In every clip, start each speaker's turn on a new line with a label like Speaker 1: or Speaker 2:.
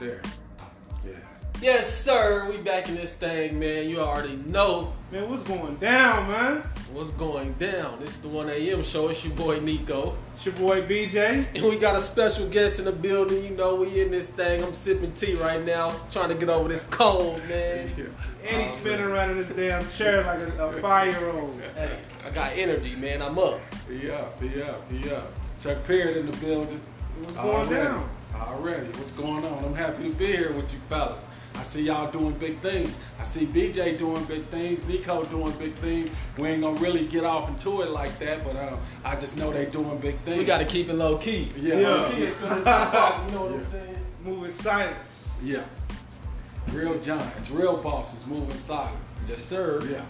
Speaker 1: there. Yeah.
Speaker 2: Yes, sir. We back in this thing, man. You already know
Speaker 3: Man, what's going down, man?
Speaker 2: what's going down. It's the 1 a.m. show. It's your boy Nico.
Speaker 3: It's your boy BJ.
Speaker 2: And we got a special guest in the building. You know, we in this thing. I'm sipping tea right now, trying to get over this cold, man.
Speaker 1: yeah.
Speaker 3: And he's
Speaker 1: Oh,
Speaker 3: spinning around in his damn chair like a, a five-year-old.
Speaker 2: Hey, I got energy, man. I'm up.
Speaker 1: man. He up, he up, he up. Chuck Perry in the building.
Speaker 3: What's
Speaker 1: Oh,
Speaker 3: going down?
Speaker 1: Already. What's going on? I'm happy to be here with you fellas. I see y'all doing big things. I see BJ doing big things, Nico doing big things. We ain't gonna really get off into it like that, but um, I just know they doing big things.
Speaker 2: We got to keep it low key.
Speaker 1: Yeah.
Speaker 3: Yeah.
Speaker 2: Key it to the top, you know what I'm
Speaker 1: Yeah.
Speaker 2: saying?
Speaker 3: Moving silence.
Speaker 1: Yeah. Real giants, real bosses moving silence.
Speaker 2: Yes, sir.
Speaker 1: Yeah.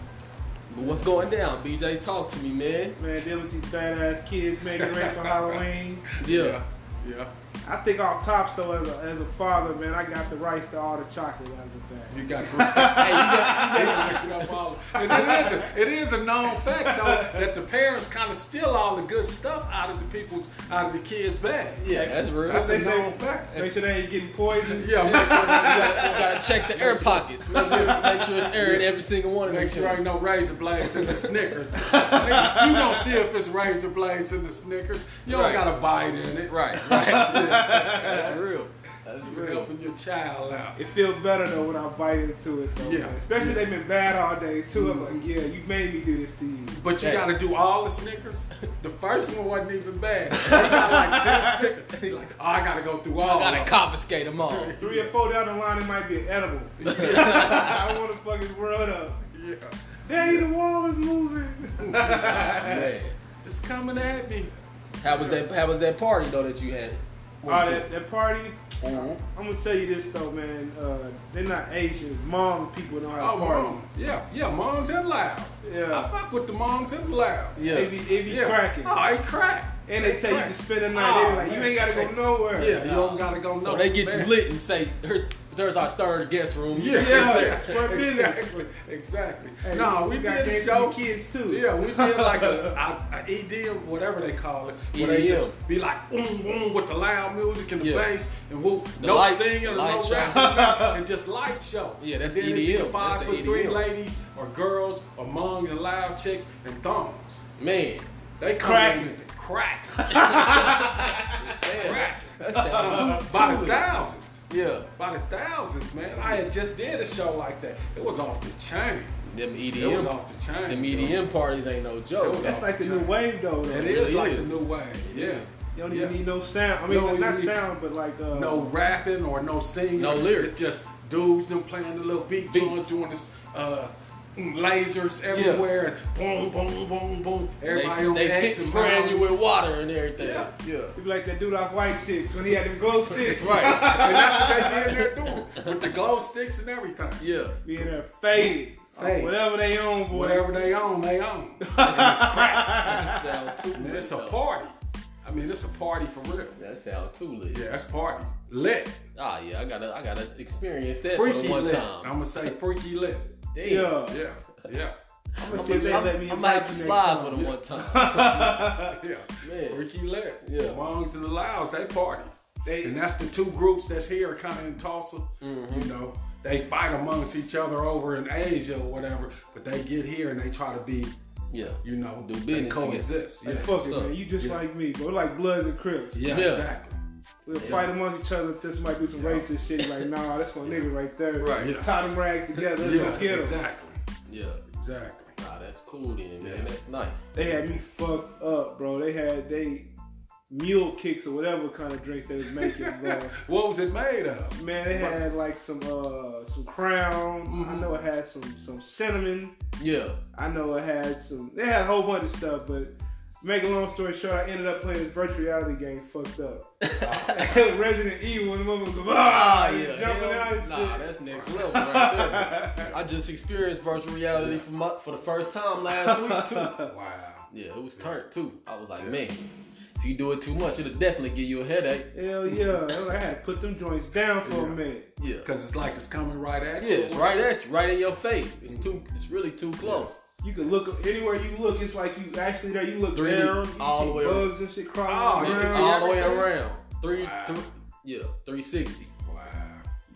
Speaker 2: But what's going down, BJ? Talk to me, man.
Speaker 3: Man, dealing with these badass kids making ready for Halloween.
Speaker 2: Yeah.
Speaker 1: Yeah.
Speaker 3: I think off tops though, as a, as a father, man, I got the rights to all the chocolate out of the bag.
Speaker 1: You got great.
Speaker 2: Hey, you got,
Speaker 1: and it is, a, it is a known fact though that the parents kind of steal all the good stuff out of the people's out of the kids' bag.
Speaker 2: yeah, that's real.
Speaker 1: That's
Speaker 3: They
Speaker 1: a
Speaker 3: say-
Speaker 1: known fact.
Speaker 3: Make sure they ain't getting poisoned.
Speaker 1: Yeah, make sure,
Speaker 2: You gotta, you gotta check the air pockets. Make sure, make sure it's air in every single one of them.
Speaker 1: make sure
Speaker 2: things.
Speaker 1: ain't no razor blades in the Snickers. Nigga, you don't see if it's razor blades in the Snickers. You don't
Speaker 2: Right.
Speaker 1: gotta bite in it.
Speaker 2: Right, right. That's real. That's
Speaker 1: You're
Speaker 2: real.
Speaker 1: helping your child out.
Speaker 3: It feels better though when I bite into it though.
Speaker 1: Yeah. Mm.
Speaker 3: man. Especially if they've been bad all day too. I'm like, yeah, you made me do this to you.
Speaker 1: But you
Speaker 2: Hey.
Speaker 1: gotta do all the Snickers. The first one wasn't even bad. You got like ten Snickers. You're like, oh, I gotta go through all.
Speaker 2: I gotta
Speaker 1: of them.
Speaker 2: confiscate them all.
Speaker 3: Three or four down the line, it might be an edible. I want to fuck his world up.
Speaker 1: Yeah.
Speaker 3: Daddy, the wall is moving.
Speaker 2: Man,
Speaker 1: It's coming at me.
Speaker 2: how was that? How was that party though that you had?
Speaker 3: All right, that, that party.
Speaker 1: Uh-huh.
Speaker 3: I'm gonna tell you this though, man. Uh, they're not Asians. Mom people know how
Speaker 1: Oh,
Speaker 3: to party.
Speaker 1: mom. Yeah, yeah, moms and lounges.
Speaker 3: Yeah.
Speaker 1: I fuck with the moms and lounges.
Speaker 2: Yeah.
Speaker 3: They be, they be
Speaker 1: yeah.
Speaker 3: cracking.
Speaker 1: Oh, they crack.
Speaker 3: and they tell you
Speaker 1: crack.
Speaker 3: to spend the night.
Speaker 1: Oh,
Speaker 3: they be like, you
Speaker 1: man.
Speaker 3: ain't gotta go
Speaker 1: Yeah,
Speaker 3: nowhere.
Speaker 1: you don't gotta go
Speaker 2: So
Speaker 1: no-
Speaker 2: they get you
Speaker 1: man.
Speaker 2: lit and say, "Here- "There's our third guest room." You
Speaker 1: Yeah,
Speaker 2: can sit
Speaker 1: yeah,
Speaker 2: there.
Speaker 3: it's for business.
Speaker 1: exactly, exactly.
Speaker 3: Hey,
Speaker 1: no, we
Speaker 3: got
Speaker 1: did a
Speaker 3: games
Speaker 1: show.
Speaker 3: for the kids too.
Speaker 1: Yeah, we did like a, a, a EDM, whatever they call it, where they
Speaker 2: EDM.
Speaker 1: just be like, mm, mm, with the loud music and the
Speaker 2: E Yeah.
Speaker 1: bass and whoop,
Speaker 2: The
Speaker 1: no
Speaker 2: lights,
Speaker 1: singing, and
Speaker 2: light
Speaker 1: no
Speaker 2: show.
Speaker 1: rapping, and just light show.
Speaker 2: Yeah, that's
Speaker 1: then it'd be the
Speaker 2: EDM. That's
Speaker 1: Five
Speaker 2: the E
Speaker 1: foot three
Speaker 2: EDM.
Speaker 1: ladies or girls or mongs and loud chicks and thongs.
Speaker 2: Man,
Speaker 1: They come
Speaker 3: Cracking.
Speaker 1: in with the crack,
Speaker 2: damn,
Speaker 1: crack,
Speaker 2: that sounds
Speaker 1: by the thousands.
Speaker 2: yeah.
Speaker 1: By the thousands, man. I had just did a show like that. It was off the chain.
Speaker 2: Them
Speaker 1: It was
Speaker 2: EDM,
Speaker 1: off the chain.
Speaker 2: E them E
Speaker 1: dude.
Speaker 2: EDM parties ain't no joke.
Speaker 1: It was
Speaker 3: That's
Speaker 1: off
Speaker 3: like
Speaker 1: the
Speaker 3: the new
Speaker 1: chain.
Speaker 3: wave though. though.
Speaker 1: It
Speaker 2: It
Speaker 1: is like
Speaker 2: is.
Speaker 1: the new way. Yeah.
Speaker 3: You don't
Speaker 1: yeah.
Speaker 3: even need no sound. I mean,
Speaker 1: You don't
Speaker 3: not
Speaker 1: even need-
Speaker 3: sound, but like uh,
Speaker 1: no rapping or no singing.
Speaker 2: No lyrics.
Speaker 1: It's just dudes them playing the little beat doing doing this uh lasers everywhere and boom boom boom boom. Everybody on
Speaker 2: they they
Speaker 1: X
Speaker 2: stick
Speaker 1: and
Speaker 2: spraying you
Speaker 1: mountains.
Speaker 2: with water and everything.
Speaker 1: Yeah.
Speaker 3: It be like that dude off White Chicks when he had them glow sticks.
Speaker 2: Right.
Speaker 1: and that's what they did there doing with the glow sticks and everything.
Speaker 2: Yeah.
Speaker 3: Be in there faded. or
Speaker 1: Faded.
Speaker 3: Whatever they own, boy.
Speaker 1: Whatever they own, they own. It's crack.
Speaker 2: That sound too
Speaker 1: Man,
Speaker 2: lit.
Speaker 1: it's a
Speaker 2: though.
Speaker 1: party. I mean, it's a party for real.
Speaker 2: That sound too lit.
Speaker 1: Yeah, that's party lit,
Speaker 2: Ah, yeah, I gotta, I gotta experience that for
Speaker 1: freaky
Speaker 2: the one
Speaker 1: lit.
Speaker 2: time.
Speaker 1: I'm gonna say freaky lit.
Speaker 2: Damn.
Speaker 3: Yeah.
Speaker 1: Yeah, yeah.
Speaker 3: I'm
Speaker 2: I'm,
Speaker 3: gonna see if
Speaker 2: I'm,
Speaker 3: they let me
Speaker 2: I'm, I'm
Speaker 3: invite
Speaker 2: like
Speaker 3: you next
Speaker 2: slide for
Speaker 3: time.
Speaker 2: the one time.
Speaker 1: Yeah,
Speaker 2: Man.
Speaker 1: Ricky Lair.
Speaker 2: Yeah.
Speaker 1: Mongs and the Louds, they party.
Speaker 3: They-
Speaker 1: and that's the two groups that's here kind of in Tulsa. You know, they fight amongst each other over in Asia or whatever, but they get here and they try to be,
Speaker 2: yeah.
Speaker 1: you know,
Speaker 2: Do
Speaker 1: they
Speaker 2: business
Speaker 1: coexist. Yeah.
Speaker 3: Like, fuck it,
Speaker 2: So-
Speaker 3: man. You just
Speaker 1: Yeah.
Speaker 3: like me, bro. We're like Bloods and Crips.
Speaker 1: yeah,
Speaker 2: Yeah.
Speaker 1: exactly.
Speaker 3: We'll fight amongst each other until somebody do some racist shit. Like, nah, that's my nigga right there.
Speaker 2: Right.
Speaker 1: Yeah.
Speaker 3: Tie them rags together. Let's
Speaker 1: Yeah,
Speaker 3: go get 'em.
Speaker 1: exactly.
Speaker 2: Yeah.
Speaker 1: Exactly.
Speaker 2: Nah, that's cool then, man.
Speaker 1: Yeah.
Speaker 2: That's nice.
Speaker 3: They had me fucked up, bro. They had they mule kicks or whatever kind of drinks they was making, bro.
Speaker 1: What was it made of?
Speaker 3: Man, they had like some uh some crown.
Speaker 1: Mm-hmm.
Speaker 3: I know it had some some cinnamon.
Speaker 2: Yeah.
Speaker 3: I know it had some. They had a whole bunch of stuff, but make a long story short, I ended up playing this virtual reality game fucked up. Resident Evil and the motherfucker goes, ah,
Speaker 2: Ah, yeah.
Speaker 3: jumping
Speaker 2: hell-
Speaker 3: out and
Speaker 2: nah,
Speaker 3: shit.
Speaker 2: that's next level right there. I just experienced virtual reality for my, for the first time last week too.
Speaker 1: Wow.
Speaker 2: Yeah, it was turned too. I was like, man, if you do it too much, it'll definitely give you a headache.
Speaker 3: Hell yeah! I had to put them joints down for
Speaker 1: Yeah.
Speaker 3: a minute.
Speaker 2: Yeah.
Speaker 1: Because it's like it's coming right at
Speaker 2: Yeah,
Speaker 1: you.
Speaker 2: it's right at you, right in your face. It's too. It's really too close.
Speaker 3: You can look anywhere you look. It's like you actually there. You look
Speaker 2: 3D,
Speaker 3: down. You
Speaker 2: all
Speaker 3: see
Speaker 2: the way Ah,
Speaker 3: bugs and shit crawling
Speaker 1: Oh,
Speaker 3: around.
Speaker 2: You can
Speaker 1: Yeah.
Speaker 2: see all the way
Speaker 1: Everything.
Speaker 2: around. Three,
Speaker 1: Wow.
Speaker 2: three yeah, 360.
Speaker 1: Wow.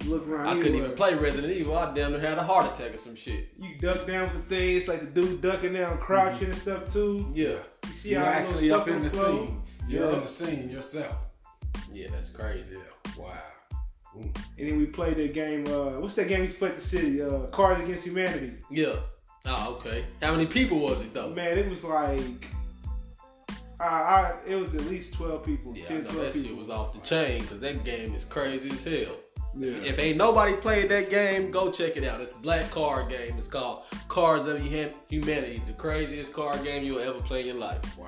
Speaker 3: look around.
Speaker 2: I couldn't even
Speaker 3: anywhere.
Speaker 2: play Resident Evil. I damn near had a heart attack or some shit.
Speaker 3: You duck down for things like the dude ducking down,
Speaker 2: Mm-hmm.
Speaker 3: crouching and stuff too.
Speaker 2: Yeah.
Speaker 3: You see
Speaker 1: You're
Speaker 3: how little
Speaker 1: actually
Speaker 3: stuff
Speaker 1: up in the
Speaker 3: flow?
Speaker 1: scene. You're
Speaker 3: Yeah.
Speaker 1: in the scene yourself.
Speaker 2: Yeah, that's crazy.
Speaker 1: Yeah. Wow.
Speaker 3: And then we played that game. Uh, what's that game we played at the city? Uh, Cards Against Humanity.
Speaker 2: Yeah. Oh, okay. How many people was it though?
Speaker 3: Man, it was like, I, I it was at least twelve people.
Speaker 2: Yeah, I
Speaker 3: 10,
Speaker 2: know
Speaker 3: 12
Speaker 2: that
Speaker 3: people.
Speaker 2: shit was off the chain because that game is crazy as hell.
Speaker 3: Yeah.
Speaker 2: If ain't nobody played that game, go check it out. It's a black card game. It's called Cards of Hum- Humanity, the craziest card game you'll ever play in your life.
Speaker 1: Wow.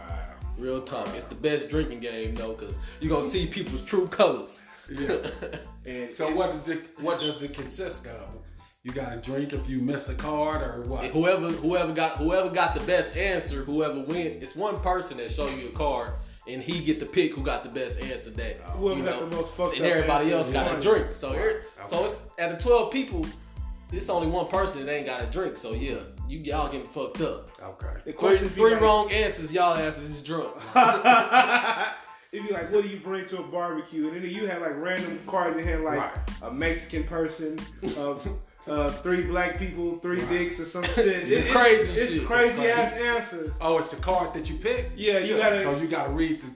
Speaker 2: Real talk. It's the best drinking game though, cause you're gonna see people's true colors.
Speaker 1: Yeah.
Speaker 3: And
Speaker 1: So what does it, what does it consist of? You got to drink if you miss a card or
Speaker 2: And
Speaker 1: what?
Speaker 2: whoever whoever got whoever got the best answer, whoever win, it's one person that show you a card and he get to pick who got the best answer that
Speaker 3: Whoever
Speaker 2: you
Speaker 3: got
Speaker 2: know,
Speaker 3: the most fucked
Speaker 2: and
Speaker 3: up
Speaker 2: everybody
Speaker 3: answer
Speaker 2: else got a
Speaker 3: won.
Speaker 2: drink. So here-
Speaker 1: Right.
Speaker 2: so it's out of twelve people, it's only one person that ain't got a drink. So yeah, you y'all getting fucked up.
Speaker 1: Okay.
Speaker 3: the
Speaker 2: Three,
Speaker 3: question
Speaker 2: three
Speaker 3: be
Speaker 2: wrong answers, y'all asses is drunk.
Speaker 3: Like, it'd be like, what do you bring to a barbecue? And then you have like random cards in here, like
Speaker 1: Right.
Speaker 3: a Mexican person, uh, uh, three black people, three
Speaker 1: Right.
Speaker 3: dicks, or some shit. it's
Speaker 2: crazy
Speaker 3: it's,
Speaker 2: shit. It's
Speaker 3: crazy
Speaker 2: crazy.
Speaker 3: ass answers.
Speaker 1: Oh, it's the card that you pick.
Speaker 3: Yeah, you
Speaker 2: Yeah.
Speaker 3: gotta
Speaker 1: So you got to read the,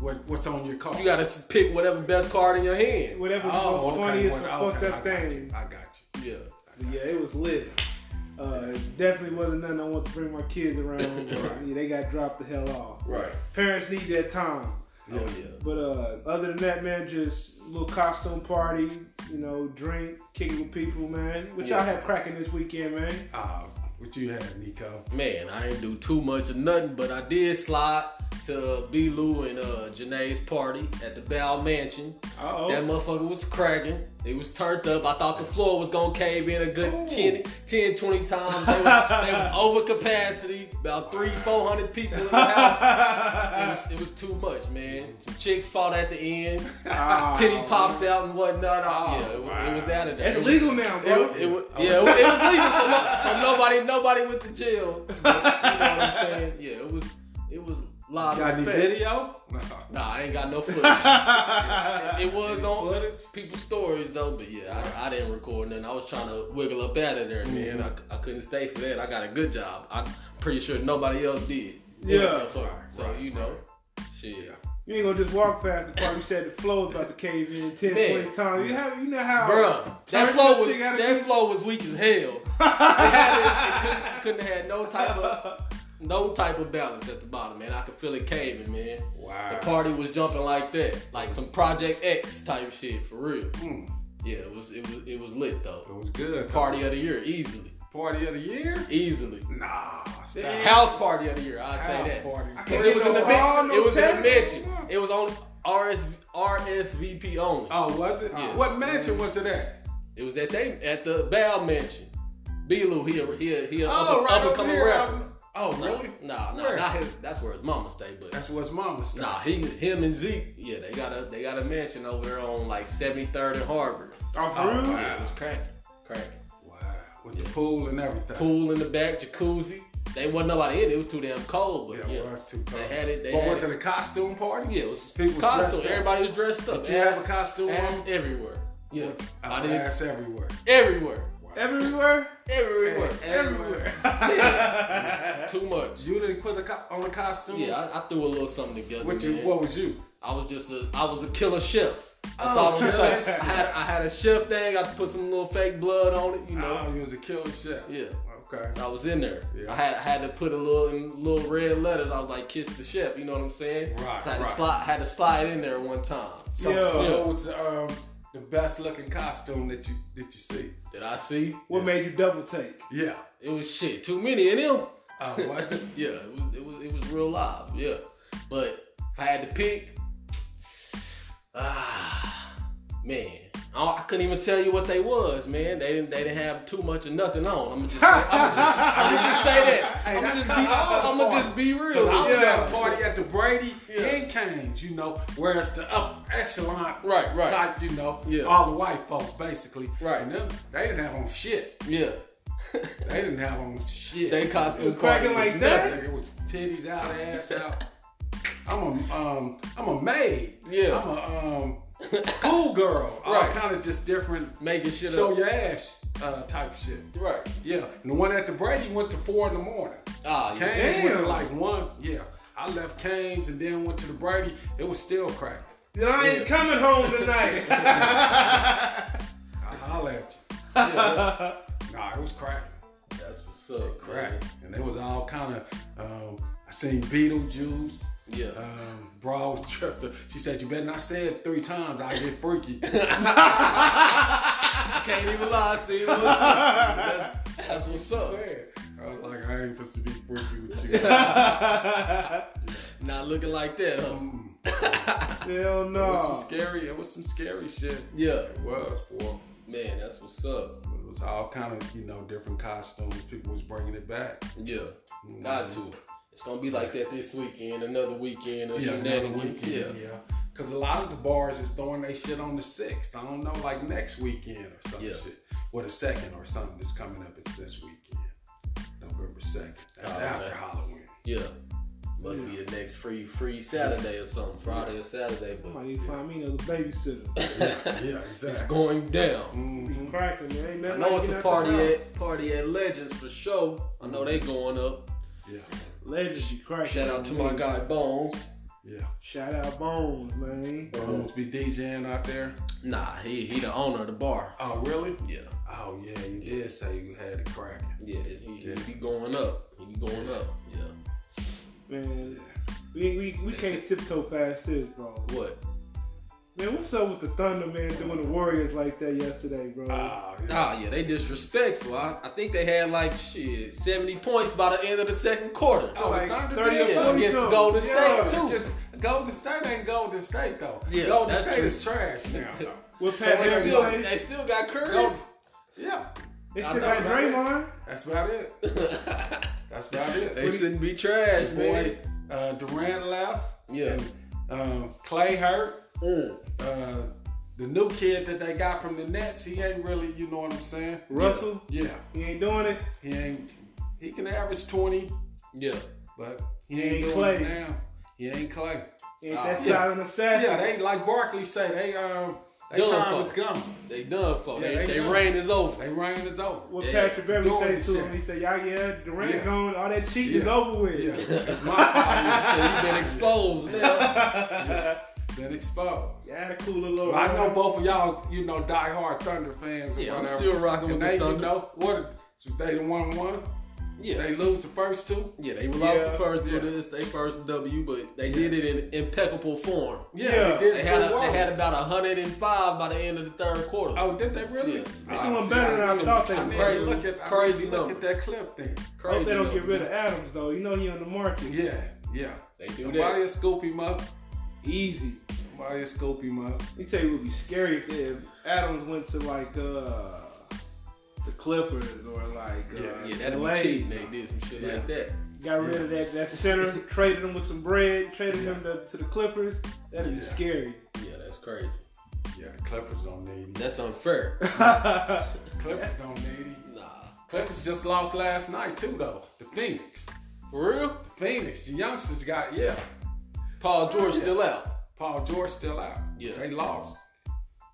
Speaker 1: what what's on your card.
Speaker 2: You gotta pick whatever best card in your hand.
Speaker 3: whatever the
Speaker 1: Oh,
Speaker 3: most
Speaker 1: okay,
Speaker 3: funniest
Speaker 1: what-
Speaker 3: or
Speaker 1: okay,
Speaker 3: fucked up
Speaker 1: I got
Speaker 3: thing.
Speaker 1: you, I got you.
Speaker 2: Yeah.
Speaker 3: But yeah, it was lit. Uh, it definitely wasn't nothing I want to bring my kids around. but, yeah, they got dropped the hell off.
Speaker 2: Right.
Speaker 3: Parents need that time.
Speaker 2: Oh yeah.
Speaker 3: But uh, other than that, man, just little costume party, you know, drink, kicking with people, man. Which
Speaker 2: Yeah.
Speaker 3: I had cracking this weekend, man.
Speaker 1: Uh, what you had, Nico?
Speaker 2: Man, I didn't do too much of nothing, but I did slide to B. Lou and uh, Janae's party at the Bell Mansion.
Speaker 3: Uh
Speaker 2: That motherfucker was cracking. It was turned up. I thought the floor was gonna cave in a good 10, 10, 20 times. They was, they was over capacity, about three, four hundred people in the house. It
Speaker 3: oh.
Speaker 2: was, it was too much, man. Some chicks fought at the end.
Speaker 3: Oh,
Speaker 2: Titty popped out and whatnot. yeah, it, was- it was out of there.
Speaker 3: That's legal now,
Speaker 2: It,
Speaker 3: bro.
Speaker 2: wa- it, wa- yeah, it, wa- it was legal, so, no, so nobody nobody went to jail. You know, what I'm saying? Yeah, it was it was live.
Speaker 1: Got any
Speaker 2: effect.
Speaker 1: video? No.
Speaker 2: Nah, I ain't got no footage.
Speaker 3: yeah,
Speaker 2: It was
Speaker 1: Any
Speaker 2: on
Speaker 1: footage?
Speaker 2: people's stories though, but yeah, I, I didn't record nothing. I was trying to wiggle up out of there, man.
Speaker 1: Mm-hmm.
Speaker 2: I, I couldn't stay for that. I got a good job. I'm pretty sure nobody else did.
Speaker 3: Yeah.
Speaker 2: So, so you know, shit.
Speaker 3: you ain't gonna just walk past the part you said the flow was about to cave in 10,
Speaker 2: Man.
Speaker 3: 20 times. You have, you know how,
Speaker 2: Bruh, that
Speaker 3: Turn
Speaker 2: flow
Speaker 3: that
Speaker 2: was
Speaker 3: thing out of
Speaker 2: that
Speaker 3: you.
Speaker 2: flow was weak as hell. It, had it, it couldn't, couldn't have had no type of no type of balance at the bottom, man. I could feel it caving, man. The
Speaker 1: Wow.
Speaker 2: party was jumping like that, like some Project X type shit for real.
Speaker 1: Mm,
Speaker 2: Yeah, it was it was it was lit
Speaker 1: it
Speaker 2: though.
Speaker 1: was good.
Speaker 2: Party of the year, easily,
Speaker 1: Party of the year?
Speaker 2: easily.
Speaker 1: Nah. Stop.
Speaker 3: Yeah.
Speaker 2: House party of the year, I say
Speaker 1: House
Speaker 2: that.
Speaker 1: party.
Speaker 3: I
Speaker 2: Cause
Speaker 3: can't
Speaker 2: it was in the
Speaker 3: no
Speaker 2: ma-
Speaker 3: hall, no
Speaker 2: it was in the
Speaker 3: television.
Speaker 2: mansion. It was only RS RSVP only.
Speaker 1: Oh, was it?
Speaker 2: Yeah.
Speaker 1: What mansion was it at?
Speaker 2: It was at they at the Bell Mansion. Belu, he a he a, he a
Speaker 1: Oh,
Speaker 2: up,
Speaker 1: right
Speaker 2: up and
Speaker 1: over
Speaker 2: coming
Speaker 1: here.
Speaker 2: rapper.
Speaker 1: um, Oh, really?
Speaker 2: Nah, nah,
Speaker 1: Where?
Speaker 2: not his. That's where his mama stay, but
Speaker 1: That's what's mama said.
Speaker 2: nah, he him and Zeke, yeah, they got a they got a mansion over there on like 73rd and Harvard.
Speaker 3: Oh, for
Speaker 1: Oh,
Speaker 3: real?
Speaker 1: wow.
Speaker 2: Yeah, it was cracking, cracking.
Speaker 1: Wow. With the pool and everything.
Speaker 2: Pool in the back, jacuzzi. They wasn't nobody in. It was too damn cold,
Speaker 1: Yeah,
Speaker 2: but
Speaker 1: well,
Speaker 2: yeah,
Speaker 1: that's too cold.
Speaker 2: they had it. They
Speaker 1: but
Speaker 2: had
Speaker 1: was
Speaker 2: it.
Speaker 1: it a costume party?
Speaker 2: yeah, it was
Speaker 1: People was
Speaker 2: costume.
Speaker 1: dressed up.
Speaker 2: Everybody was dressed up.
Speaker 1: Did you have a
Speaker 2: Ass-
Speaker 1: costume
Speaker 2: Ass
Speaker 1: on?
Speaker 2: everywhere. Yeah, I
Speaker 1: I
Speaker 2: did
Speaker 1: ass everywhere.
Speaker 2: everywhere,
Speaker 3: Everywhere?
Speaker 2: everywhere,
Speaker 1: Everywhere.
Speaker 2: Yeah. Too much.
Speaker 1: You didn't put a co- on a costume?
Speaker 2: Yeah, I, I threw a little something together.
Speaker 1: What, you,
Speaker 2: man.
Speaker 1: what was you?
Speaker 2: I was just a I was a killer chef. That's
Speaker 1: Oh,
Speaker 2: all I'm gonna
Speaker 1: killer
Speaker 2: say.
Speaker 1: chef.
Speaker 2: I had I had a chef thing. I put some little fake blood on it. You know,
Speaker 1: Oh, you was a killer chef.
Speaker 2: Yeah.
Speaker 1: Okay.
Speaker 2: I was in there.
Speaker 1: Yeah.
Speaker 2: I had I had to put a little in little red letters. I was like kiss the chef. You know what I'm saying?
Speaker 1: Right,
Speaker 2: So I had to
Speaker 1: right.
Speaker 2: slide had to slide in there one time.
Speaker 1: So,
Speaker 3: Yeah.
Speaker 1: so
Speaker 2: Yeah.
Speaker 1: what was the, um, the best looking costume that you that you see?
Speaker 2: Did I see?
Speaker 3: What made you double take?
Speaker 1: Yeah.
Speaker 2: It was shit. Too many of them.
Speaker 1: Oh, was it?
Speaker 2: Yeah, it Uh, was, it was it was real live. Yeah, but if I had to pick, ah, man, I, I couldn't even tell you what they was, man. They didn't they didn't have too much of nothing on. I'm just I'm just I'm just say that.
Speaker 1: Hey,
Speaker 2: I'm
Speaker 1: that's
Speaker 2: just be
Speaker 1: kinda all the
Speaker 2: I'm gonna just
Speaker 1: parts.
Speaker 2: be
Speaker 1: Cause
Speaker 2: real.
Speaker 1: I was
Speaker 2: with you.
Speaker 1: at a party at the Brady
Speaker 2: Yeah.
Speaker 1: and Canes, you know, where it's the upper echelon
Speaker 2: Right, right.
Speaker 1: type, you know,
Speaker 2: Yeah.
Speaker 1: all the white folks basically.
Speaker 2: Right.
Speaker 1: And them, they didn't have on shit.
Speaker 2: Yeah,
Speaker 1: They didn't have on shit.
Speaker 2: they costume party
Speaker 3: cracking
Speaker 2: was
Speaker 3: like that?
Speaker 2: nothing.
Speaker 1: Nigga was titties out, ass out. I'm a um, I'm a maid.
Speaker 2: Yeah.
Speaker 1: I'm a um, schoolgirl, all
Speaker 2: Right.
Speaker 1: kind of just different
Speaker 2: Making shit
Speaker 1: show
Speaker 2: up.
Speaker 1: your ass uh, type shit.
Speaker 2: Right.
Speaker 1: Yeah, and the one at the Brady went to four in the morning.
Speaker 2: Ah, yeah.
Speaker 1: Canes went to
Speaker 3: Damn.
Speaker 1: like one. Yeah, I left Canes and then went to the Brady. It was still cracking.
Speaker 3: Then I ain't coming home tonight.
Speaker 1: I holler at you. Nah, it was cracking.
Speaker 2: That's what's up.
Speaker 1: Right. And it was all kind of, um, I seen Beetlejuice.
Speaker 2: Yeah.
Speaker 1: Um, bro, I was dressed up. She said, You better not say it three times. I get freaky.
Speaker 2: I can't even lie, see what's up. That's, that's what's up.
Speaker 1: I was like, I ain't supposed to be freaky with you.
Speaker 2: Not looking like that, huh?
Speaker 1: Mm.
Speaker 3: Hell
Speaker 1: It was some
Speaker 3: no.
Speaker 1: scary. It was some scary shit.
Speaker 2: Yeah.
Speaker 1: It was, boy.
Speaker 2: Man, that's what's up.
Speaker 1: It was all kind of, you know, different costumes. People was bringing it back.
Speaker 2: Yeah. Got to. It's gonna be like that this weekend, another weekend, or
Speaker 1: Yeah, another
Speaker 2: shenanigans. Yeah.
Speaker 1: weekend. Yeah. Cause a lot of the bars is throwing their shit on the sixth. I don't know, like next weekend or some
Speaker 2: Yeah.
Speaker 1: shit. Or the second or something that's coming up. It's this weekend, November second. That's
Speaker 2: Oh,
Speaker 1: after
Speaker 2: man.
Speaker 1: Halloween.
Speaker 2: Yeah. Must be the next free free Saturday or something, Friday or Saturday,
Speaker 3: I
Speaker 2: but
Speaker 3: might need to find me another babysitter.
Speaker 1: yeah,
Speaker 2: it's
Speaker 1: exactly.
Speaker 2: going down.
Speaker 1: Mhm.
Speaker 3: Cracking, man. Ain't
Speaker 2: I
Speaker 3: nothing
Speaker 2: know
Speaker 3: like
Speaker 2: it's
Speaker 3: getting
Speaker 2: a
Speaker 3: out
Speaker 2: party
Speaker 3: the house.
Speaker 2: at party at Legends for sure. I know they going up.
Speaker 1: Yeah,
Speaker 3: Legends, you cracking.
Speaker 2: Shout out to
Speaker 3: man.
Speaker 2: my guy Bones.
Speaker 1: yeah.
Speaker 3: Shout out Bones, man.
Speaker 1: Bones be DJing out there.
Speaker 2: Nah, he he the owner of the bar.
Speaker 1: Oh, really?
Speaker 2: Yeah,
Speaker 1: Oh, yeah. You did say you had it cracking.
Speaker 2: yeah, he, he be going up. He be going up. Yeah.
Speaker 3: Man, we, we, we can't tiptoe past this, bro.
Speaker 2: What?
Speaker 3: Man, what's up with the Thunder, man, doing the Warriors like that yesterday, bro?
Speaker 1: Oh, yeah.
Speaker 2: Ah, yeah, they disrespectful. I, I think they had like shit seventy points by the end of the second quarter.
Speaker 1: Oh,
Speaker 3: like
Speaker 1: Thunder
Speaker 3: 30
Speaker 1: did
Speaker 3: or
Speaker 1: something.
Speaker 3: 40
Speaker 2: against the
Speaker 3: something.
Speaker 2: Golden State
Speaker 3: Yeah.
Speaker 2: too.
Speaker 1: Because Golden State ain't Golden State though.
Speaker 2: Yeah,
Speaker 1: Golden
Speaker 2: that's
Speaker 1: State
Speaker 2: true.
Speaker 1: is trash now. though.
Speaker 3: With
Speaker 2: They
Speaker 3: Pat Beverly,
Speaker 2: still,
Speaker 3: man.
Speaker 2: they still got Curry.
Speaker 1: Golden, yeah,
Speaker 3: They
Speaker 2: I
Speaker 3: should
Speaker 2: know
Speaker 3: like
Speaker 1: about it.
Speaker 3: Draymond.
Speaker 1: that's about it. That's about it.
Speaker 2: They shouldn't be trash,
Speaker 1: boy,
Speaker 2: man.
Speaker 1: uh, Durant left.
Speaker 2: Yeah.
Speaker 1: And, um, Clay hurt.
Speaker 2: Mm.
Speaker 1: Uh, the new kid that they got from the Nets, he ain't really, you know what I'm saying?
Speaker 3: Russell,
Speaker 1: Yeah,
Speaker 3: he ain't doing it.
Speaker 1: he ain't. He can average 20,
Speaker 2: Yeah.
Speaker 1: but he ain't,
Speaker 3: ain't
Speaker 1: doing
Speaker 3: Clay.
Speaker 1: it now. He ain't Clay.
Speaker 3: Ain't
Speaker 2: Ah,
Speaker 3: that
Speaker 2: yeah.
Speaker 3: silent assassin?
Speaker 1: Uh, Yeah, they like Barkley say they um. They
Speaker 2: Done
Speaker 1: time
Speaker 2: for.
Speaker 1: is coming.
Speaker 2: They done for.
Speaker 1: Yeah,
Speaker 2: they
Speaker 1: they
Speaker 2: they
Speaker 1: done.
Speaker 2: reign is over.
Speaker 1: They reign is over.
Speaker 3: What
Speaker 2: Yeah.
Speaker 3: Patrick Beverly
Speaker 1: Doing
Speaker 3: said
Speaker 1: this
Speaker 3: to
Speaker 1: shit.
Speaker 3: him, he said, "Y'all, yeah, Durant
Speaker 1: Yeah.
Speaker 3: gone. All that cheating is
Speaker 1: Yeah.
Speaker 3: over with."
Speaker 1: Yeah, it's my fault.
Speaker 2: so you've been exposed now.
Speaker 1: Been exposed.
Speaker 3: Yeah, cool it a little.
Speaker 1: Well, I know
Speaker 3: bro.
Speaker 1: both of y'all, you know, diehard Thunder fans. or
Speaker 2: Yeah, I'm
Speaker 1: whatever.
Speaker 2: still rocking
Speaker 1: and
Speaker 2: with the
Speaker 1: they,
Speaker 2: Thunder.
Speaker 1: You know, what? So they the one one.
Speaker 2: Yeah.
Speaker 1: They lose the first two.
Speaker 2: Yeah, they lost the
Speaker 3: Yeah.
Speaker 2: first two.
Speaker 1: Yeah.
Speaker 2: This they first W, but they did it in impeccable form.
Speaker 1: Yeah,
Speaker 3: Yeah.
Speaker 1: they did
Speaker 2: They
Speaker 1: it
Speaker 2: had
Speaker 1: too
Speaker 2: a,
Speaker 1: well.
Speaker 2: they had about hundred and five by the end of the third quarter.
Speaker 1: Oh, did they really?
Speaker 2: Yeah.
Speaker 1: I
Speaker 3: They doing
Speaker 1: see,
Speaker 3: better than I
Speaker 1: some-
Speaker 3: thought they
Speaker 1: I
Speaker 3: were.
Speaker 1: need to
Speaker 2: Crazy-
Speaker 1: Look at,
Speaker 2: crazy
Speaker 1: crazy look at
Speaker 2: numbers.
Speaker 1: that clip thing.
Speaker 3: Hope
Speaker 2: Crazy
Speaker 3: they don't get rid
Speaker 2: numbers.
Speaker 3: of Adams though. You know he on the market.
Speaker 1: Yeah, yeah.
Speaker 2: They do
Speaker 1: Somebody
Speaker 2: that.
Speaker 1: will scoop him up.
Speaker 3: Easy.
Speaker 1: Somebody will scoop him up.
Speaker 3: He said it would be scary if- if Adams went to like uh the Clippers or like uh,
Speaker 1: Yeah,
Speaker 2: Yeah, that'd
Speaker 3: LA.
Speaker 2: be cheating. They did some shit
Speaker 1: Yeah.
Speaker 2: like that.
Speaker 3: Got rid of that that center, traded him with some bread, traded him to, to the Clippers. That'd be
Speaker 1: Yeah.
Speaker 3: scary.
Speaker 2: Yeah, that's crazy.
Speaker 1: Yeah, the Clippers don't need him.
Speaker 2: That's unfair.
Speaker 1: Clippers don't need him.
Speaker 2: nah.
Speaker 1: Clippers just lost last night too, though. The Phoenix.
Speaker 2: For real?
Speaker 1: Phoenix. The youngsters got yeah.
Speaker 2: Paul George still out.
Speaker 1: Paul George still out.
Speaker 2: Yeah.
Speaker 1: They lost.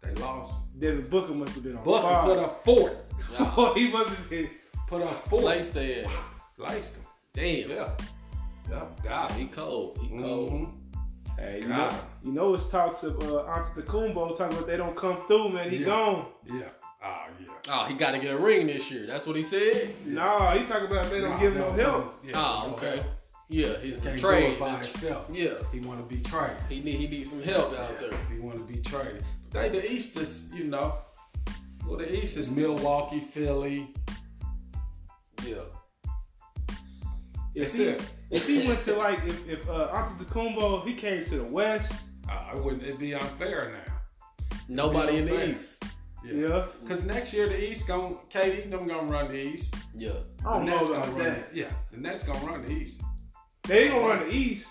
Speaker 1: They lost.
Speaker 3: Devin Booker must have been on
Speaker 1: Booker
Speaker 3: fire.
Speaker 1: put up 40.
Speaker 2: Nah.
Speaker 3: Oh, he must have been.
Speaker 1: Put up 40.
Speaker 2: Laced their ass.
Speaker 1: Laced him.
Speaker 2: Damn.
Speaker 1: Yeah. Yeah. God.
Speaker 2: He cold.
Speaker 3: Mm-hmm.
Speaker 2: He cold.
Speaker 1: Mhm.
Speaker 3: Hey, you know,
Speaker 1: God.
Speaker 3: you know it's talks of uh, Antetokounmpo talking about they don't come through, man. He
Speaker 1: Yeah.
Speaker 3: gone.
Speaker 1: Yeah. Oh, yeah.
Speaker 2: Oh, he got to get a ring this year. That's what he said.
Speaker 3: Nah, he talking about they don't
Speaker 1: Nah,
Speaker 3: give
Speaker 1: they
Speaker 3: no
Speaker 1: don't-
Speaker 3: help.
Speaker 1: yeah,
Speaker 2: Oh,
Speaker 3: Ah,
Speaker 1: they don't
Speaker 2: okay.
Speaker 1: help.
Speaker 2: Yeah, he's
Speaker 1: Can't do
Speaker 2: trade.
Speaker 1: it by himself.
Speaker 2: Yeah,
Speaker 1: He want to be traded.
Speaker 2: he need he needs some help out there.
Speaker 1: He want to be traded. But they the East is, you know, well the East is Milwaukee, Philly.
Speaker 2: Yeah,
Speaker 3: If
Speaker 1: That's
Speaker 3: he,
Speaker 1: it.
Speaker 3: if he went to like if if uh, Antetokounmpo, if he came to the West,
Speaker 1: Uh, it wouldn't it be unfair now?
Speaker 2: nobody in the
Speaker 1: unfair.
Speaker 2: East.
Speaker 1: Yeah.
Speaker 3: yeah,
Speaker 1: Cause next year the East gon' KD them gonna run the East.
Speaker 2: Yeah,
Speaker 3: I don't
Speaker 1: the
Speaker 3: know
Speaker 1: Nets
Speaker 3: about
Speaker 1: gonna run
Speaker 3: that.
Speaker 1: The, yeah, the Nets gonna run the East.
Speaker 3: They gonna run the East.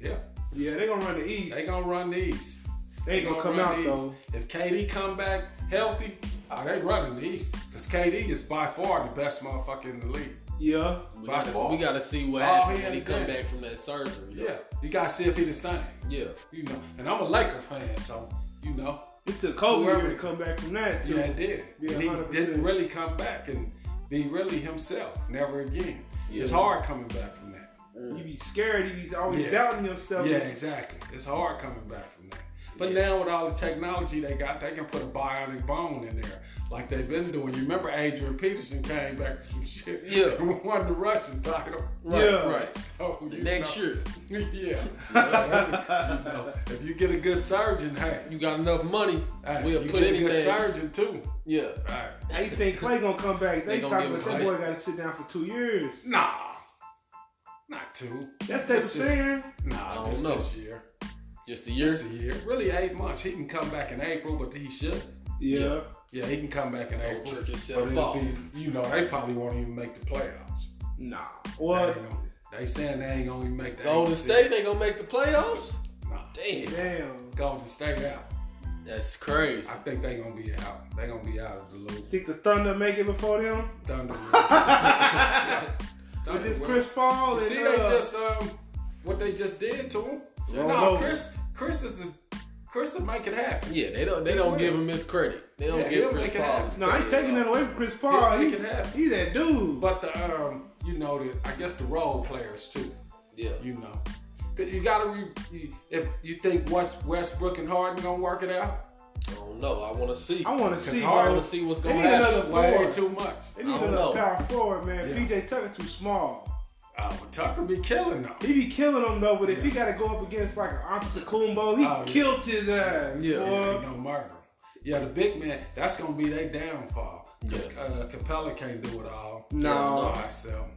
Speaker 1: Yeah,
Speaker 3: Yeah, they gonna run the East.
Speaker 1: they gonna run the East.
Speaker 3: They ain't gonna come
Speaker 1: run
Speaker 3: out
Speaker 1: the East.
Speaker 3: though.
Speaker 1: If KD come back healthy, oh, they running the East. Cause KD is by far the best motherfucker in the league.
Speaker 3: Yeah,
Speaker 2: we
Speaker 1: By
Speaker 2: gotta,
Speaker 1: far.
Speaker 2: we gotta see what
Speaker 1: Oh,
Speaker 2: happens
Speaker 1: he
Speaker 2: when he come
Speaker 1: understand.
Speaker 2: back from that surgery.
Speaker 1: Yeah, you gotta see if he the same.
Speaker 2: yeah,
Speaker 1: You know, and I'm a Laker fan, so you know.
Speaker 3: It took Kobe
Speaker 1: Whoever-
Speaker 3: year to come back from that. Too.
Speaker 1: Yeah, it did.
Speaker 3: Yeah,
Speaker 1: and he
Speaker 3: 100%.
Speaker 1: didn't really come back and be really himself. Never again. It's
Speaker 2: Yeah.
Speaker 1: hard coming back from that.
Speaker 3: You be scared. You be always
Speaker 1: Yeah.
Speaker 3: doubting yourself.
Speaker 1: Yeah, exactly. It's hard coming back from that. But
Speaker 2: Yeah.
Speaker 1: now with all the technology they got, they can put a bionic bone in there, like they've been doing. You remember Adrian Peterson came back from shit,
Speaker 2: Yeah.
Speaker 1: and won the Russian title.
Speaker 2: Right,
Speaker 3: Yeah.
Speaker 2: right.
Speaker 1: So you
Speaker 2: Next
Speaker 1: know.
Speaker 2: year,
Speaker 1: year, yeah. Yeah, you know, if you get a good surgeon, hey,
Speaker 2: you got enough money.
Speaker 1: hey,
Speaker 2: we'll
Speaker 1: you
Speaker 2: put
Speaker 1: get a good
Speaker 2: anything.
Speaker 1: surgeon too.
Speaker 2: Yeah.
Speaker 1: Right.
Speaker 3: They think Clay gonna come back. They,
Speaker 2: They gonna
Speaker 3: talking
Speaker 2: give
Speaker 3: about
Speaker 2: him
Speaker 3: that
Speaker 2: Clay.
Speaker 3: boy got to sit down for two years.
Speaker 1: Nah, not two.
Speaker 3: That's they were
Speaker 1: Just this-
Speaker 3: saying.
Speaker 2: I
Speaker 1: Nah,
Speaker 2: don't
Speaker 1: just
Speaker 2: know.
Speaker 1: this year.
Speaker 2: Just a year.
Speaker 1: Just a year. Really eight months. He can come back in April, but he should.
Speaker 3: Yeah.
Speaker 1: Yeah, he can come back in April.
Speaker 2: trick yourself
Speaker 1: But it'll
Speaker 2: off.
Speaker 1: be, you know, they probably won't even make the playoffs.
Speaker 3: Nah.
Speaker 1: They,
Speaker 3: Well,
Speaker 1: ain't gonna- they saying they ain't gonna even make the
Speaker 2: Golden
Speaker 1: eight
Speaker 2: State,
Speaker 1: seed.
Speaker 2: they gonna make the playoffs?
Speaker 1: Nah,
Speaker 2: Damn,
Speaker 3: damn.
Speaker 1: Golden State out.
Speaker 2: that's crazy.
Speaker 1: I think they gonna be out. They gonna be out of the loop.
Speaker 3: Think the Thunder make it before them?
Speaker 1: Thunder. will. Yeah.
Speaker 3: With
Speaker 1: Thunder
Speaker 3: this
Speaker 1: will.
Speaker 3: Chris Paul
Speaker 1: You
Speaker 3: and
Speaker 1: see,
Speaker 3: uh,
Speaker 1: they just um, what they just did to him.
Speaker 3: Yeah.
Speaker 1: No, Chris, Chris is a, Chris will make it happen.
Speaker 2: Yeah, they don't they don't
Speaker 1: will.
Speaker 2: give him his credit. They don't
Speaker 1: Yeah,
Speaker 2: give
Speaker 1: he'll
Speaker 2: Chris
Speaker 1: make it
Speaker 2: Paul
Speaker 1: happen.
Speaker 2: his
Speaker 3: No, I ain't
Speaker 2: credit at
Speaker 3: taking
Speaker 2: all.
Speaker 3: that away from Chris Paul.
Speaker 1: He-
Speaker 3: He,
Speaker 1: he can have it.
Speaker 3: he that dude.
Speaker 1: But the um, you know, the, I guess the role players too.
Speaker 2: Yeah.
Speaker 1: You know, 'Cause you gotta re- you- if you think West, Westbrook and Harden gonna work it out.
Speaker 2: I don't know. I wanna see.
Speaker 3: I want to
Speaker 1: It's
Speaker 3: see.
Speaker 2: I
Speaker 1: hard
Speaker 2: wanna
Speaker 3: bro.
Speaker 2: see what's
Speaker 3: They
Speaker 2: gonna
Speaker 3: need
Speaker 2: happen.
Speaker 3: another
Speaker 1: Way
Speaker 3: forward.
Speaker 1: too much.
Speaker 3: They need
Speaker 2: I don't know.
Speaker 3: another power forward, man.
Speaker 1: Yeah.
Speaker 3: PJ Tucker too small.
Speaker 1: Uh, but Tucker be killing them.
Speaker 3: He be killing them though, but if he got to go up against like an Antetokounmpo, he
Speaker 1: Oh, yeah.
Speaker 3: killed his ass.
Speaker 2: Yeah.
Speaker 1: Yeah, they
Speaker 3: Boy.
Speaker 1: gonna murder 'em. Yeah, the big man. That's gonna be their downfall. Cause uh, Capella can't do it all.
Speaker 3: No.
Speaker 1: Not by himself.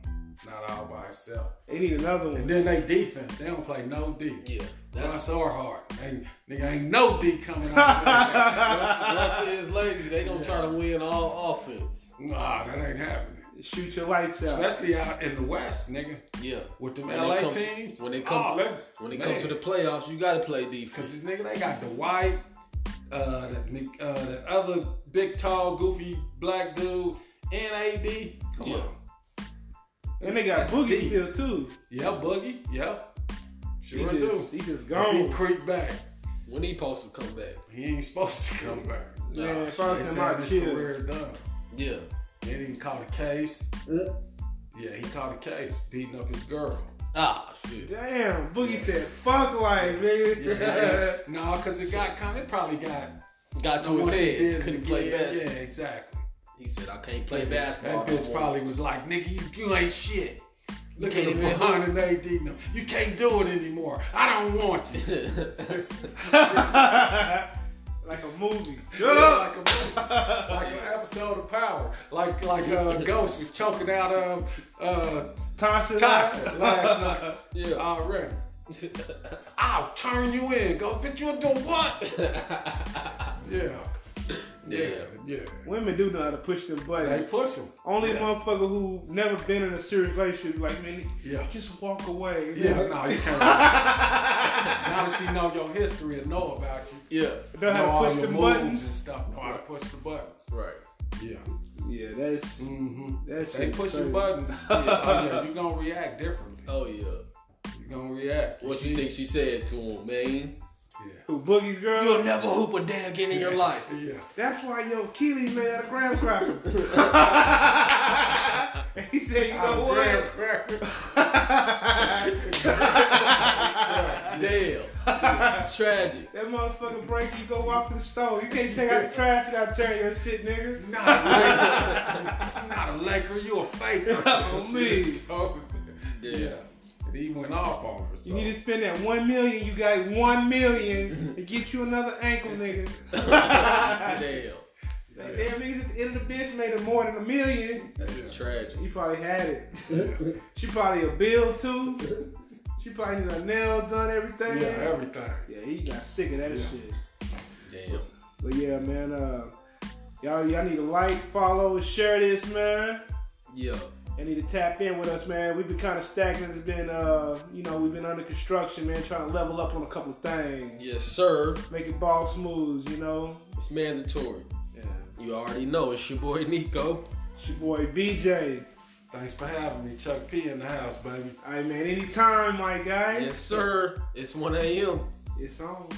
Speaker 1: Not all by himself.
Speaker 3: They need another
Speaker 1: And
Speaker 3: one.
Speaker 1: then they defense. They don't play no D.
Speaker 2: Yeah. That's
Speaker 1: That's our hard. Ain't nigga ain't no D coming out.
Speaker 2: Russ, Russ is lazy. They gonna try to win all offense.
Speaker 1: nah, that ain't happening.
Speaker 3: Shoot your lights out.
Speaker 1: Especially out in the West, nigga.
Speaker 2: Yeah.
Speaker 1: With them
Speaker 2: When
Speaker 1: LA
Speaker 2: it comes-
Speaker 1: teams.
Speaker 2: When they come
Speaker 1: Oh, man.
Speaker 2: when it
Speaker 1: Man.
Speaker 2: comes to the playoffs, you gotta play defense.
Speaker 1: Cause this nigga, they got Dwight, uh, that, ni- uh, that other big, tall, goofy black dude, and AD. Come
Speaker 2: Yeah.
Speaker 1: on.
Speaker 3: and they got
Speaker 1: That's
Speaker 3: Boogie
Speaker 1: deep.
Speaker 3: still too.
Speaker 1: Yeah, Boogie. Yeah.
Speaker 3: He
Speaker 1: Sure do.
Speaker 3: just, he just
Speaker 1: If
Speaker 3: gone.
Speaker 1: he creep back.
Speaker 2: When he supposed to come back.
Speaker 1: He ain't supposed to come back.
Speaker 3: Man,
Speaker 2: Nah,
Speaker 3: if I
Speaker 1: They
Speaker 3: was in my
Speaker 1: said his
Speaker 3: kid,
Speaker 1: career done.
Speaker 2: Yeah.
Speaker 1: Then he caught a case. Yeah, he caught a case beating up his girl.
Speaker 2: Ah shit.
Speaker 3: damn, Boogie said, "Fuck life, nigga."
Speaker 1: Yeah. no, cause it got kind. It probably got.
Speaker 2: Got to
Speaker 1: once
Speaker 2: his
Speaker 1: he did
Speaker 2: head.
Speaker 1: it
Speaker 2: Couldn't
Speaker 1: again,
Speaker 2: play basketball.
Speaker 1: Yeah, exactly.
Speaker 2: He said, I can't play basketball.
Speaker 1: That bitch
Speaker 2: no more."
Speaker 1: probably was like, nigga, you, you ain't shit. Look
Speaker 2: You
Speaker 1: at
Speaker 2: can't
Speaker 1: him
Speaker 2: even-
Speaker 1: behind and they did them. You can't do it anymore. I don't want you.
Speaker 3: like a movie. Shut up.
Speaker 1: like, a, like an episode of Power. Like like uh, Ghost was choking out um, uh,
Speaker 3: Tasha.
Speaker 1: Tasha last night
Speaker 2: Yeah.
Speaker 1: already. I'll turn you in, Ghost. Bitch, you'll do what? yeah. Yeah, yeah.
Speaker 3: Women do know how to push them
Speaker 1: They
Speaker 3: buttons.
Speaker 1: push him.
Speaker 3: Only
Speaker 1: yeah.
Speaker 3: motherfucker who never been in a serious relationship, like man,
Speaker 1: Yeah.
Speaker 3: just walk away.
Speaker 1: Yeah, no, you can't. now that she know your history and know about you,
Speaker 2: yeah.
Speaker 3: Know
Speaker 1: know
Speaker 3: how
Speaker 1: all
Speaker 3: to push
Speaker 1: your
Speaker 3: the
Speaker 1: moves
Speaker 3: buttons.
Speaker 1: and stuff. Know how to push the buttons.
Speaker 2: Right.
Speaker 1: Yeah.
Speaker 3: Yeah, that's
Speaker 1: Mm-hmm.
Speaker 3: that's.
Speaker 1: They pushing
Speaker 3: crazy.
Speaker 1: buttons. Yeah, oh, yeah, you gonna react differently.
Speaker 2: Oh yeah.
Speaker 1: You gonna react.
Speaker 2: What you think she said to him, man?
Speaker 1: Yeah.
Speaker 3: Who Boogie's girl?
Speaker 2: You'll never hoop a day again in your life.
Speaker 1: Yeah.
Speaker 3: That's why yo Keely's made out of graham crackers. and he said, you know
Speaker 1: I'm
Speaker 3: what?
Speaker 1: damn cracker.
Speaker 2: Damn. Tragic.
Speaker 3: That motherfucker break, you go walk to the store. You can't take out the trash without tearing your shit, nigga.
Speaker 1: Not a Laker. Not a Laker. You a faker.
Speaker 3: Oh, me.
Speaker 1: yeah. And he went off on her. So.
Speaker 3: You need to spend that one million, you got one million to get you another ankle, nigga.
Speaker 2: Damn.
Speaker 3: Like, damn niggas at the end of the bench made it more than a million.
Speaker 2: Tragic.
Speaker 3: He probably had it. she probably a bill too. She probably need her nails done, everything.
Speaker 1: Yeah, everything.
Speaker 3: Yeah, he got sick of that
Speaker 1: Yeah.
Speaker 3: shit.
Speaker 2: Damn.
Speaker 3: But yeah, man, uh, y'all y'all need to like, follow, and share this, man.
Speaker 2: Yeah.
Speaker 3: They need to tap in with us, man. We've been kind of stagnant. It's been, uh, you know, we've been under construction, man, trying to level up on a couple of things,
Speaker 2: Yes, sir.
Speaker 3: make it ball smooth, you know.
Speaker 2: It's mandatory.
Speaker 3: Yeah.
Speaker 2: You already know it's your boy Nico.
Speaker 3: It's your boy BJ.
Speaker 1: Thanks for having me, Chuck P. In the house, baby.
Speaker 3: All right, man. Anytime, my guy.
Speaker 2: Yes, sir. It's 1 a.m.
Speaker 3: It's on.